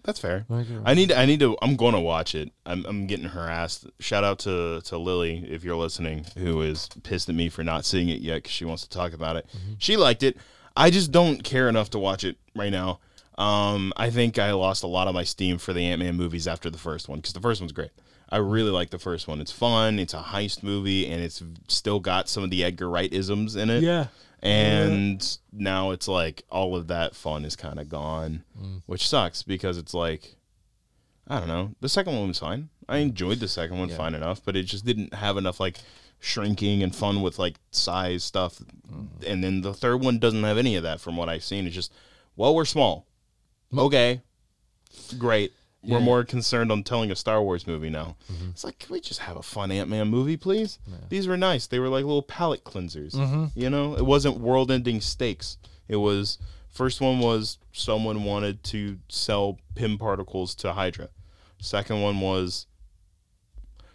That's fair. When I get around- I need. I need to. I'm going to watch it. I'm. I'm getting harassed. Shout out to to Lily if you're listening, who is pissed at me for not seeing it yet because she wants to talk about it. She liked it. I just don't care enough to watch it right now. Um, I think I lost a lot of my steam for the Ant Man movies after the first one because the first one's great. I really like the first one. It's fun. It's a heist movie, and it's still got some of the Edgar Wright isms in it. Yeah. And now it's like all of that fun is kind of gone, which sucks because it's like, I don't know. The second one was fine. I enjoyed the second one fine enough, but it just didn't have enough like shrinking and fun with like size stuff. And then the third one doesn't have any of that from what I've seen. It's just, well, we're small. Okay. Great. We're Yeah. more concerned on telling a Star Wars movie now. It's like, can we just have a fun Ant Man movie, please? These were nice. They were like little palate cleansers. You know, it wasn't world ending stakes. It was, first one was someone wanted to sell Pym particles to Hydra. Second one was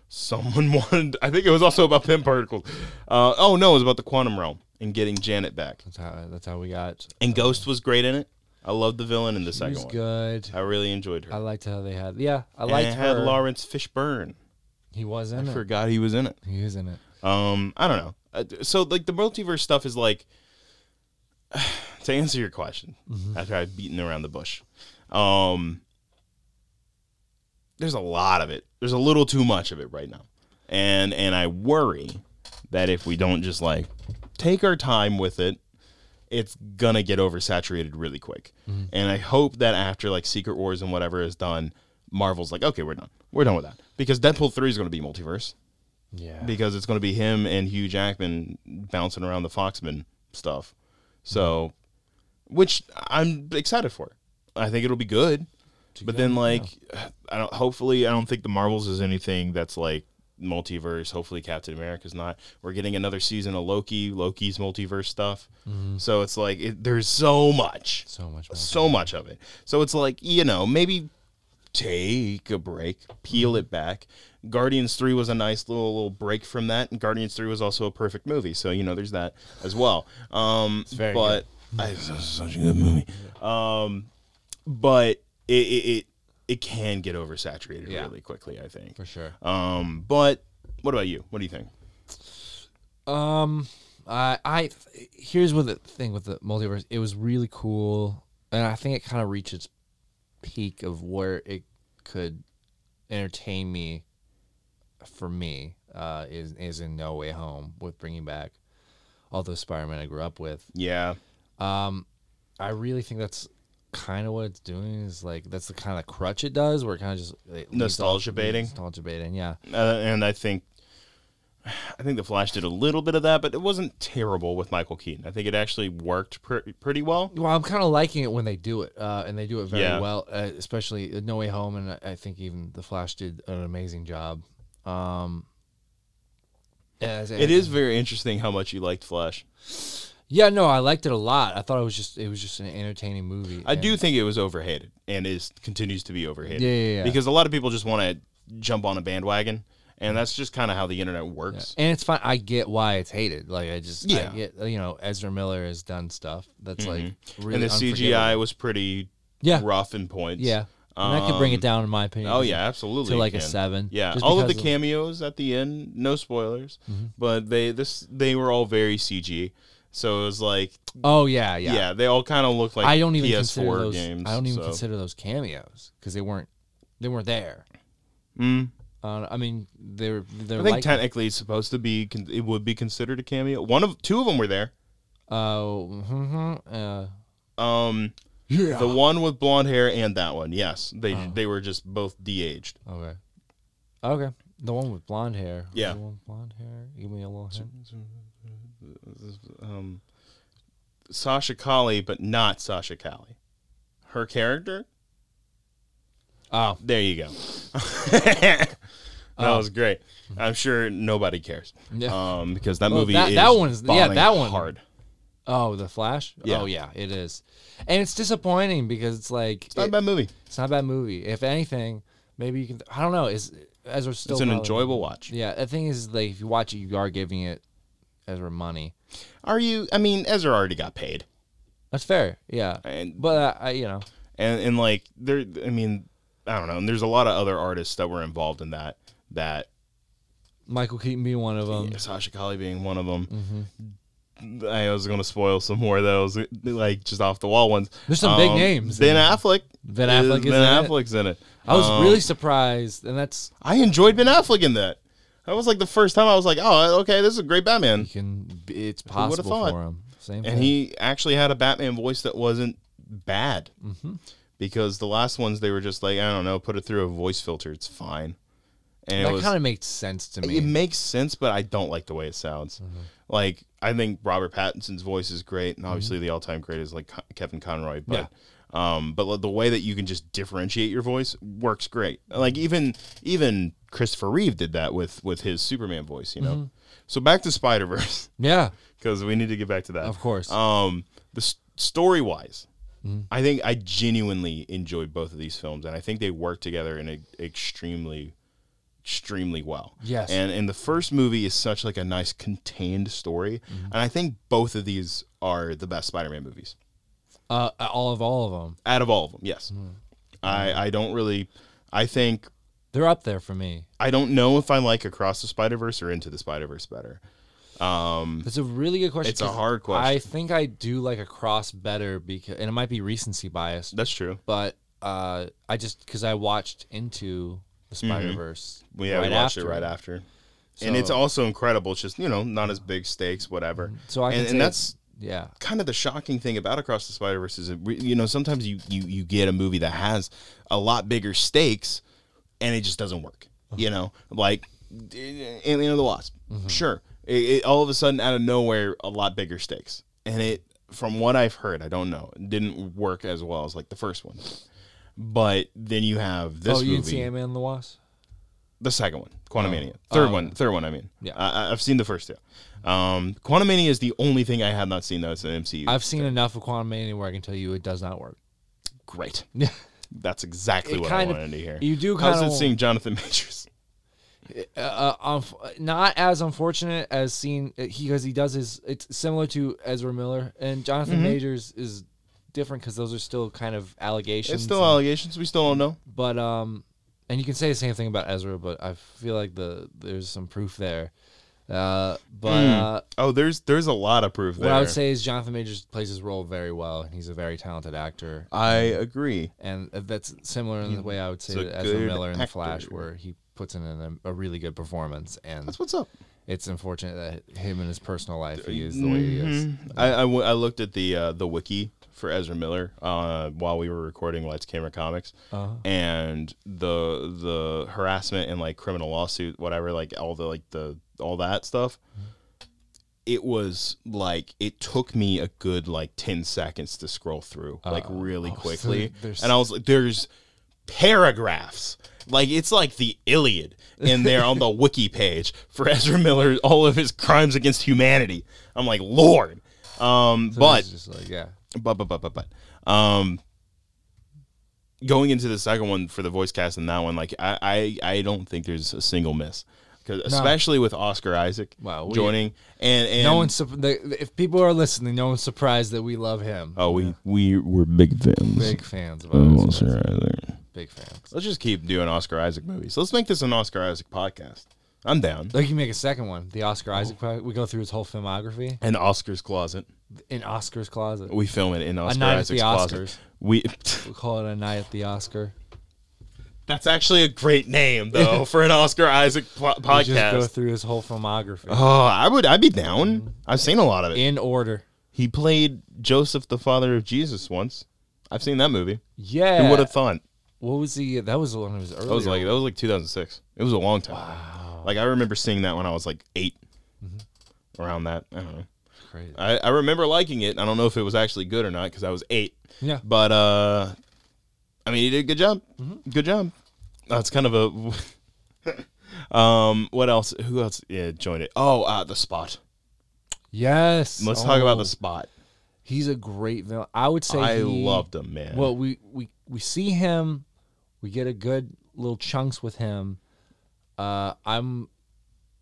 someone wanted, I think it was also about Pym particles. Uh, oh, no, it was about the quantum realm and getting Janet back. That's how that's how we got. And Ghost was great in it. I loved the villain in the It second was one. good. I really enjoyed her. I liked how they had. Yeah, I and liked it had her. Lawrence Fishburne. he was I in it. forgot he was in it. He was in it. Um, I don't know. Uh, So like the multiverse stuff is like to answer your question after I've beaten around the bush. Um, there's a lot of it. There's a little too much of it right now, and and I worry that if we don't just like take our time with it, it's gonna get oversaturated really quick. And I hope that after like Secret Wars and whatever is done, Marvel's like, okay, we're done. We're done with that because Deadpool three is gonna be multiverse Yeah. because it's gonna be him and Hugh Jackman bouncing around the Foxman stuff. So, which I'm excited for. I think it'll be good. But then like, I don't. Hopefully, I don't think the Marvels is anything that's like multiverse. Hopefully, Captain America's not. We're getting another season of Loki. Loki's multiverse stuff. So it's like it, there's so much so much more. so much of it. So it's like, you know, maybe take a break, peel it back. Guardians 3 was a nice little little break from that, and Guardians 3 was also a perfect movie. So, you know, there's that as well. Um very but I, it's such a good movie. Um but it it it, it can get oversaturated Yeah. really quickly, I think. for sure. Um but what about you? What do you think? Um, I, I here's what the thing with the multiverse. It was really cool, and I think it kind of reached its peak of where it could entertain me. For me, uh, is is in No Way Home with bringing back all those Spider-Man I grew up with. Yeah. Um, I really think that's kind of what it's doing. Is like that's the kind of crutch it does, where it kind of just it leaves off- Nostalgia baiting? nostalgia baiting. Yeah, uh, and I think I think the Flash did a little bit of that, but it wasn't terrible with Michael Keaton. I think it actually worked pr- pretty well. Well, I'm kind of liking it when they do it, uh, and they do it very Yeah. well, uh, especially at No Way Home, and I- I think even The Flash did an amazing job. Um, as- It is very interesting how much you liked Flash. yeah, no, I liked it a lot. I thought it was just it was just an entertaining movie. I and- do think it was overhated and is continues to be overhated. Yeah, yeah, yeah. Because a lot of people just want to jump on a bandwagon, and that's just kind of how the internet works. and it's fine. I get why it's hated. Like I just, yeah, Yeah. I get you know Ezra Miller has done stuff that's like really Mm-hmm. and the unforgivable. CGI was pretty Yeah. rough in points. yeah, and that could bring it down in my opinion. Oh yeah, absolutely. to it like a can. seven. Yeah, just all of the because Mm-hmm. cameos at the end, no spoilers, but they this they were all very CG. So it was like, Oh yeah, yeah, yeah, they all kind of look like I don't even PS4 consider those. games. I don't even so- consider those cameos because they weren't they weren't there. Mm. Uh, I mean, they're they're I think like technically it's supposed to be. con- It would be considered a cameo. One of two of them were there. uh, hmm uh, Um, yeah. the one with blonde hair and that one. Yes, they they were just both de-aged. okay, okay, the one with blonde hair. Yeah. the one with blonde hair. Give me a little hint. Um, Sasha Kali, but not Sasha Kali. Her character. Oh, There you go. that was great. I'm sure nobody cares. Yeah. Um, because that Well, movie that- is that one's- yeah, bombing that one. hard. oh, the Flash. Yeah. Oh yeah, it is, and it's disappointing because it's like It's not a it- bad movie. it's not a bad movie. If anything, maybe you can. I don't know. Is Ezra still? It's an probably- enjoyable watch. Yeah, the thing is, like, if you watch it, you are giving it Ezra money. Are you? I mean, Ezra already got paid, That's fair. Yeah. and But uh, I, you know, and and like there. I mean, I don't know. And there's a lot of other artists that were involved in that. That Michael Keaton being one of them. Sasha Kali being one of them. Mm-hmm. I was gonna spoil some more of those, like just off the wall ones. Um, There's some big names in Ben Affleck. Ben Affleck is in ben it. Affleck's in it. I was Um, really surprised, and that's I enjoyed Ben Affleck in that. That was like the first time I was like, oh, okay, this is a great Batman. you can. It's would've possible thought? for him. Same And thing. he actually had a Batman voice that wasn't bad. Mm-hmm. Because the last ones, they were just like, I don't know, put it through a voice filter. It's fine. And that it was. Uh, kind of makes sense to me. it makes sense, but I don't like the way it sounds. Mm-hmm. Like, I think Robert Pattinson's voice is great. And obviously, the all time great is like Co- Kevin Conroy. But. Um, but the way that you can just differentiate your voice works great. Like even even Christopher Reeve did that with with his Superman voice, you know. Mm-hmm. So back to Spider Verse yeah, because we need to get back to that. of course. Um, the s- story wise, Mm-hmm. I think I genuinely enjoyed both of these films, and I think they work together in a, extremely, extremely well. Yes. And and the first movie is such like a nice contained story, Mm-hmm. and I think both of these are the best Spider-Man movies uh, all of all of them, out of all of them. Yes. Mm-hmm. I I don't really. I think they're up there for me. I don't know if I like Across the Spider Verse or Into the Spider Verse better. That's a really good question. Mm. It's a 'cause hard question. I think I do like a cross better because, and it might be recency bias, That's true. but uh, I just because I watched into the Spider Verse. We, Mm-hmm. yeah, we watched it right after. and it's So- Mm-hmm. also incredible. It's just, you know, not as big stakes, whatever. So I can and, say and that's Yeah. kind of the shocking thing about Across the Spider Verse is, it re- you know, sometimes you, you you get a movie that has a lot bigger stakes, and it just doesn't work. You Uh-huh. know, like eh, Alien of the Wasp. Mm-hmm. Sure, it, it, all of a sudden out of nowhere, a lot bigger stakes, and it, from what I've heard, I don't know, it didn't work as well as like the first one. But then you have this oh, you movie, didn't see Ant Man and the Wasp? the second one, Quantumania. Third one, third one. I mean, Oh. Yeah. I, I- I've seen the first two. Um, Quantumania is the only thing I have not seen that's an MCU. I've seen enough of Quantum Mania where I can tell you it does not work. great. That's exactly It what I kind of- wanted to hear. you do How's kind it of- seeing Jonathan Majors? uh, unf- not as unfortunate as seen because he does his. It's similar to Ezra Miller and Jonathan Mm-hmm. Majors is different because those are still kind of allegations. It's still allegations. We still don't know. but um, and you can say the same thing about Ezra, but I feel like the there's some proof there. Uh, but uh, Oh, there's there's a lot of proof there. what I would say is Jonathan Majors plays his role very well, and he's a very talented actor. I agree. and uh, that's similar in the way I would say He's a to Ezra good Miller in The Flash, actor. where he puts in an, a really good performance, and That's what's up. it's unfortunate that him and his personal life he is the way he Mm-hmm. is. I, I, w- I looked at the uh, the wiki for Ezra Miller uh, while we were recording Lights Camera Comics, and the the harassment and like criminal lawsuit, whatever, like all the like the all that stuff. It was like it took me a good like ten seconds to scroll through like really quickly, there's- and I was like, "There's paragraphs." Like it's like the Iliad in there on the wiki page for Ezra Miller, all of his crimes against humanity. I'm like, Lord. Um, but It's just like yeah, but but but but but um going into the second one for the voice cast and that one like i i, I don't think there's a single miss 'Cause especially with oscar isaac Wow, we- joining and and no one's sup- the, if people are listening, no one's surprised that we love him. oh we we were big fans Big fans of of us. oscar isaac Big fans. let's just keep doing oscar isaac movies let's make this an oscar isaac podcast i'm down Like you make a second one, the Oscar Oh. Isaac. pro- We go through his whole filmography and oscar's closet in Oscar's closet. we film it in oscar Night at isaac's the Oscars. closet we We call it a night at the Oscar. that's actually a great name though for an oscar isaac pl- We just go podcast through his whole filmography Oh, I would. I'd be down. I've seen a lot of it. in order. He played Joseph, the father of Jesus, once. I've seen that movie. Yeah. Who would have thought? What was the? That was one of his earlier. That was like that was like 2006. It was a long time. Wow. Mm-hmm. Like I remember seeing that when I was like 8 around that. I don't know. crazy. I, I remember liking it. I don't know if it was actually good or not because I was eight. Yeah. But uh, I mean, he did a good job. Good job. That's kind of a. um. What else? Who else? Yeah, joined it. Oh, uh, the spot. Yes. Let's talk about Oh, the spot. He's a great villain. I would say I he- loved him, man. Well, we we we see him. We get a good little chunks with him. Uh, I'm,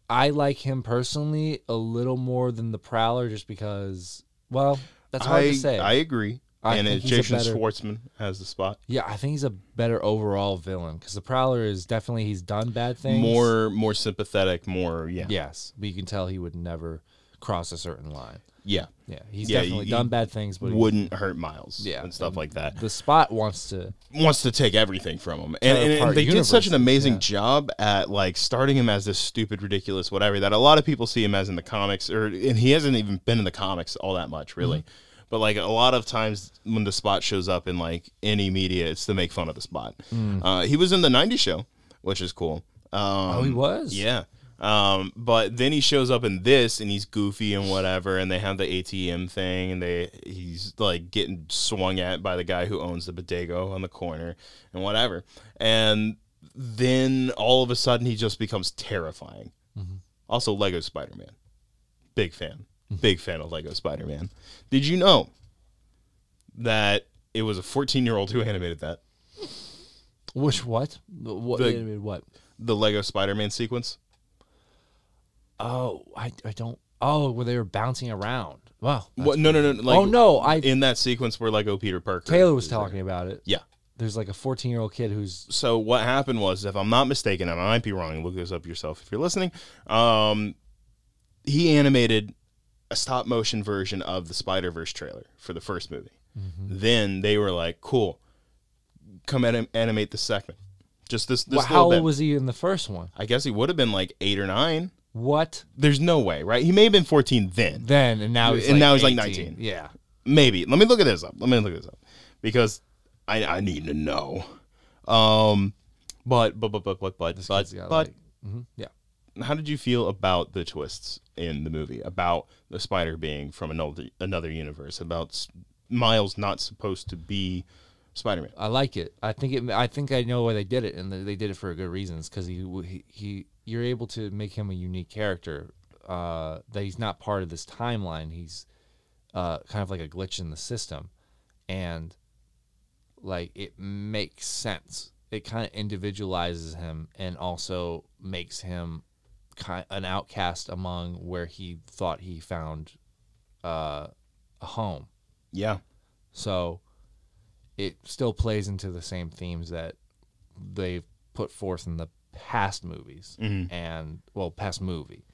I like him personally a little more than the Prowler, just because. Well, that's hard I, to say. I agree. I and think it's he's a Jason better- Schwartzman has the spot. yeah, I think he's a better overall villain because the Prowler is definitely he's done bad things. More more sympathetic, more yeah. Yes, but you can tell he would never cross a certain line. Yeah. Yeah, he's Yeah, definitely he- done bad things, but he, Wouldn't hurt Miles. Yeah, And stuff like that. the spot wants to. Wants to take everything from him. And, and- and apart they did such universes, an amazing yeah. job at like starting him as this stupid, ridiculous whatever that a lot of people see him as in the comics or and he hasn't even been in the comics all that Mm-hmm. much really. But like a lot of times when the spot shows up in like any media, it's to make fun of the spot. Uh, he was in the '90s show, which is cool. Um, Mm. Oh, he was. Yeah. Um, but then he shows up in this and he's goofy and whatever, and they have the ATM thing and they he's like getting swung at by the guy who owns the bodega on the corner and whatever. And then all of a sudden he just becomes terrifying. Also Lego Spider Man. Big fan. Big fan of Lego Spider Man. Did you know that it was a fourteen year old who animated that? Which what? What? The- animated what? The Lego Spider Man sequence? Oh, I, I don't. Oh, where they were bouncing around. Wow. that's- What, no, no, no. Like, oh no, I in that sequence where Lego Peter Parker Taylor was is talking about it. there. Yeah. There's like a 14 year old kid who's So what happened was, if I'm not mistaken, and I might be wrong, look this up yourself if you're listening. Um, he animated a stop motion version of the Spider Verse trailer for the first movie. Mm-hmm. Then they were like, "Cool, come anim- animate the segment." Just this, this well, how little old bit. was he in the first one? I guess he would have been like eight or nine. What There's no way, right? He may have been 14 then. then? And now he's And like now he's like 18. 19. Yeah. Maybe. Let me look at this up. Let me look this up because I, I need to know. Um, but but but but but but but, He's got, but like- Mhm. yeah. how did you feel about the twists in the movie about the spider being from another another universe about S- Miles not supposed to be Spider-Man? I like it. I think it. I think I know why they did it, and they did it for good reasons. Because he, he, he, you're able to make him a unique character. Uh, that he's not part of this timeline. He's uh, kind of like a glitch in the system, and like it makes sense. It kind of individualizes him, and also makes him ki an outcast among where he thought he found uh, a home. Yeah. So it still plays into the same themes that they've put forth in the past movies Mm-hmm. and well, past movie,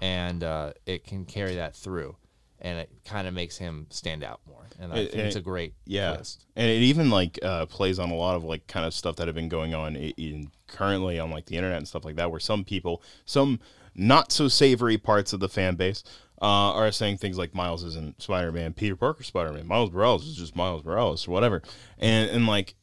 and uh, it can carry that through, and it kind of makes him stand out more. And I It- think it's it- a great Yeah. twist. And it even like uh, plays on a lot of like kind of stuff that have been going on i- in currently on like the internet and stuff like that, where some people, some not so savory parts of the fan base, uh, are saying things like Miles isn't Spider Man, Peter Parker Spider Man, Miles Morales is just Miles Morales or whatever, and and like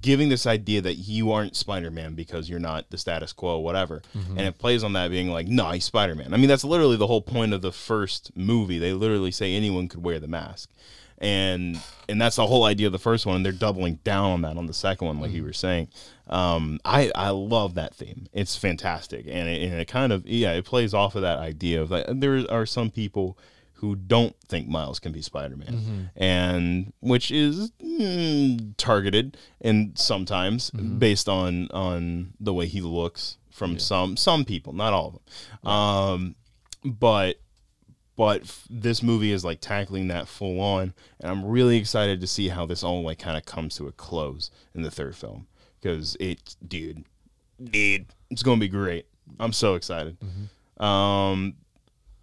giving this idea that you aren't Spider Man because you're not the status quo, whatever. And it plays on that being like, no, he's Spider Man. I mean, that's literally the whole point of the first movie. They literally say anyone could wear the mask. And and that's the whole idea of the first one, and they're doubling down on that on the second one, like you were saying. Um, I I love that theme; it's fantastic, and it, and it kind of yeah, it plays off of that idea of like there are some people who don't think Miles can be Spider-Man, and which is mm, targeted and sometimes based on on the way he looks from some some people, not all of them, um, but but f- this movie is like tackling that full on, and I'm really excited to see how this all like kind of comes to a close in the third film because it, dude, dude, it's gonna be great. I'm so excited. Um,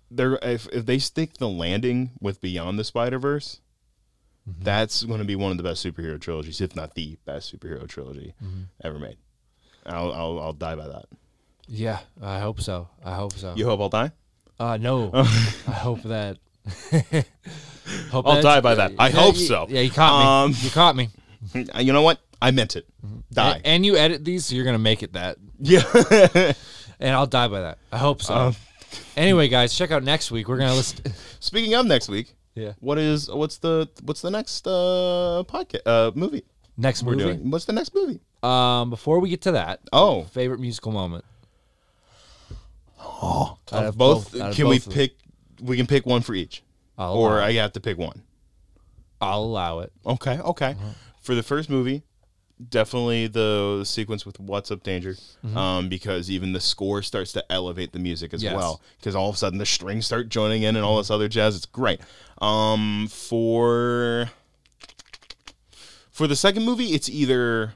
they're if, if they stick the landing with Beyond the Spider Verse, Mm-hmm. that's going to be one of the best superhero trilogies, if not the best superhero trilogy Mm-hmm. ever made. I'll, I'll I'll die by that. Yeah, I hope so. I hope so. You hope I'll die? Uh, no, I hope that. hope I'll that's- die by that. I hope so. Yeah, you caught me. Um, you caught me. Mm, you know what? I meant it. Mm-hmm. Die. A- and you edit these, so you're gonna make it that. yeah. And I'll die by that. I hope so. Um, anyway, guys, check out next week. We're gonna list. Speaking of next week, Yeah. What is what's the what's the next uh podcast uh movie next we're movie. doing? What's the next movie? Um, before we get to that, Oh, favorite musical moment. Out Oh, of of both. both- out of can we both of them. Oh, pick? We can pick one for each, I'll or allow I have to pick one. I'll allow it. Okay, okay. For the first movie, definitely the, the sequence with "What's Up, Danger," um, because even the score starts to elevate the music as Yes. well. Because all of a sudden the strings start joining in and all this other jazz. It's great. Um, for for the second movie, it's either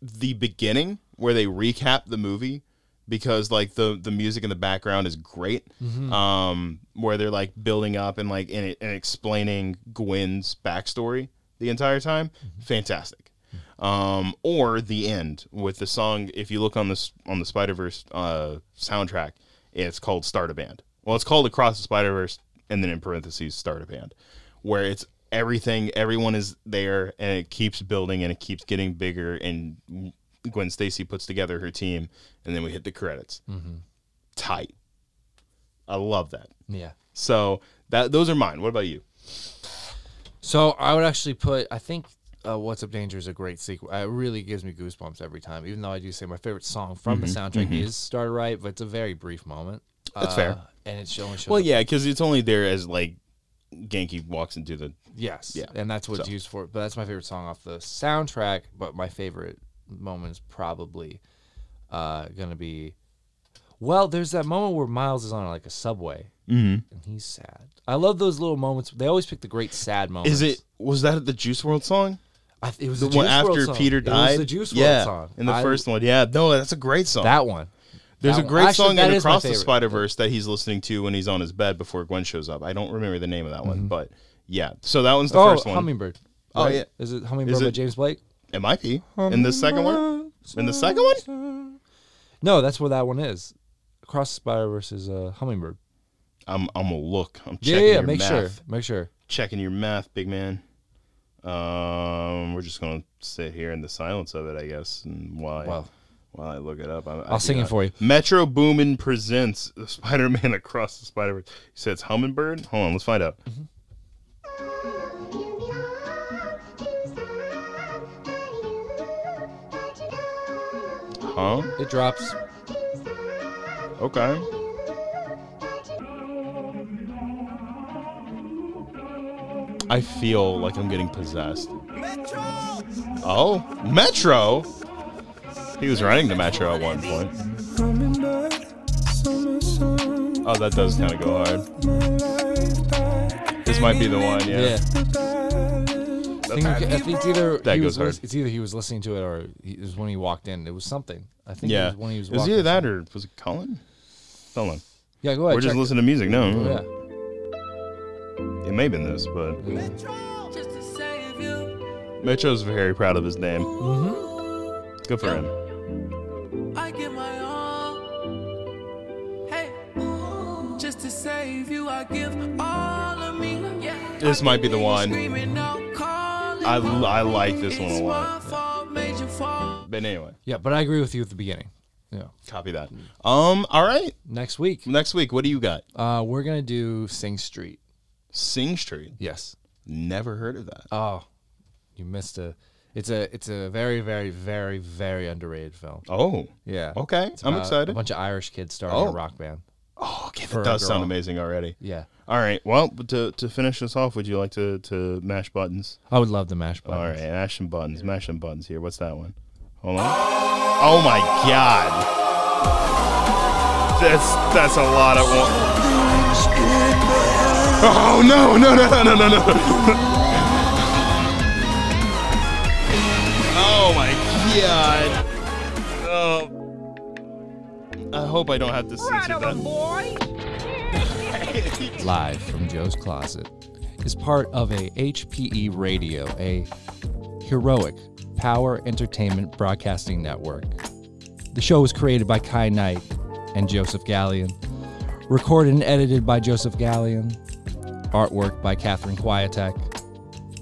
the beginning where they recap the movie because like the the music in the background is great um where they're like building up and like and, it, and explaining gwen's backstory the entire time fantastic um or the end with the song if you look on this on the spider-verse uh soundtrack it's called start a band well it's called across the spider-verse and then in parentheses start a band where it's everything everyone is there and it keeps building and it keeps getting bigger and gwen stacy puts together her team and then we hit the credits tight i love that Yeah. so that those are mine what about you So I would actually put. I think uh, "What's Up Danger" is a great sequel. It really gives me goosebumps every time. Even though I do say my favorite song from the soundtrack is "Start Right," but it's a very brief moment. Mm-hmm, That's fair. Uh, And it only shows well up yeah because it's only there as like genki walks into the Yes. Yeah. And that's what it's used for. But that's my favorite song off the soundtrack. But my favorite moment is probably uh, going to be. Well, there's that moment where Miles is on like a subway Mm-hmm. and he's sad. I love those little moments. They always pick the great sad moments. is it was that the juice world song I, th- it was the the, one Juice WRLD after song. peter It died was the Juice yeah WRLD song. in the I- first one yeah no that's a great song That one. There's That a one. great Actually, song that in is my Across the favorite. Spider Verse that he's listening to when he's on his bed before Gwen shows up. I don't remember the name of that one, but yeah. So that one's the Mm-hmm. oh, first one. Hummingbird. Oh, right? yeah. Is it Hummingbird Is by it- James Blake? it might be. In the second one? In the second one? No, that's where that one is. Across the Spider Verse is a uh, hummingbird. I'm I'm gonna look. I'm Yeah, checking yeah, yeah, your make math. sure, make sure. Checking your math, big man. Um, we're just gonna sit here in the silence of it, I guess, and while I, Wow. while I look it up, I, I'll sing it for you. Metro Boomin presents Spider-Man Across the Spider-Verse. You said it's hummingbird. Hold on, let's find out. Mm-hmm. Huh? It drops. Okay. I feel like I'm getting possessed. Oh, Metro. He was running the Metro at one point. Oh, that does kind of go hard. This might be the one. Yeah. Yeah, I think, That's- I think it's either That he goes was lis- hard. It's either he was listening to it or he, it was when he walked in. It was something. I think it yeah. was when he was. it was walking. either that or was it Colin? Hold on. Yeah, go ahead. We're just check. listening to music. No, no, Yeah. no. it may have been this, but Just to save you, Metro's very proud of his name. Mm-hmm. Good for him. I give my all. Hey, just to save you, I give all of me. Yeah, This I might be can the hear you one. screaming out, calling I, home. I like this one It's a my lot. fault, made you fall. But anyway, Yeah, but I agree with you at the beginning. Yeah. copy Mm. that. Um, all right. Next week, Next week, what do you got? uh, we're gonna do Sing Street. Sing Street. Yes. Never heard of that. Oh, you missed a. It's a. It's a very, very, very, very underrated film. Oh, Yeah. okay. I'm Uh, A excited. bunch of Irish kids starting Oh. a rock band. Oh, okay. for That a does sound girl. amazing already. Yeah. All right. Well, but to, to finish this off, would you like to, to mash buttons? I would love to mash buttons. All right. Mash some buttons. Mash some buttons here. What's that one? Hold on. Oh, my God. That's, that's a lot of one. Oh, no, no, no, no, no, no, no. oh, my God. Oh. I hope I don't have to censor that. Live from Joe's Closet is part of a HPE Radio, a heroic power entertainment broadcasting network. The show was created by Kai Knight and Joseph Gallion, recorded and edited by Joseph Gallion, artwork by Catherine Quietek,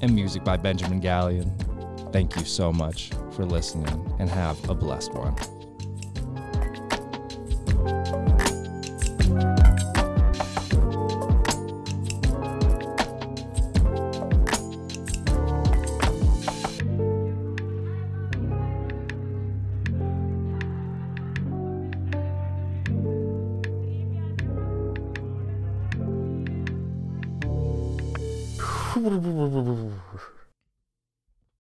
and music by Benjamin Gallion. Thank you so much for listening and have a blessed one.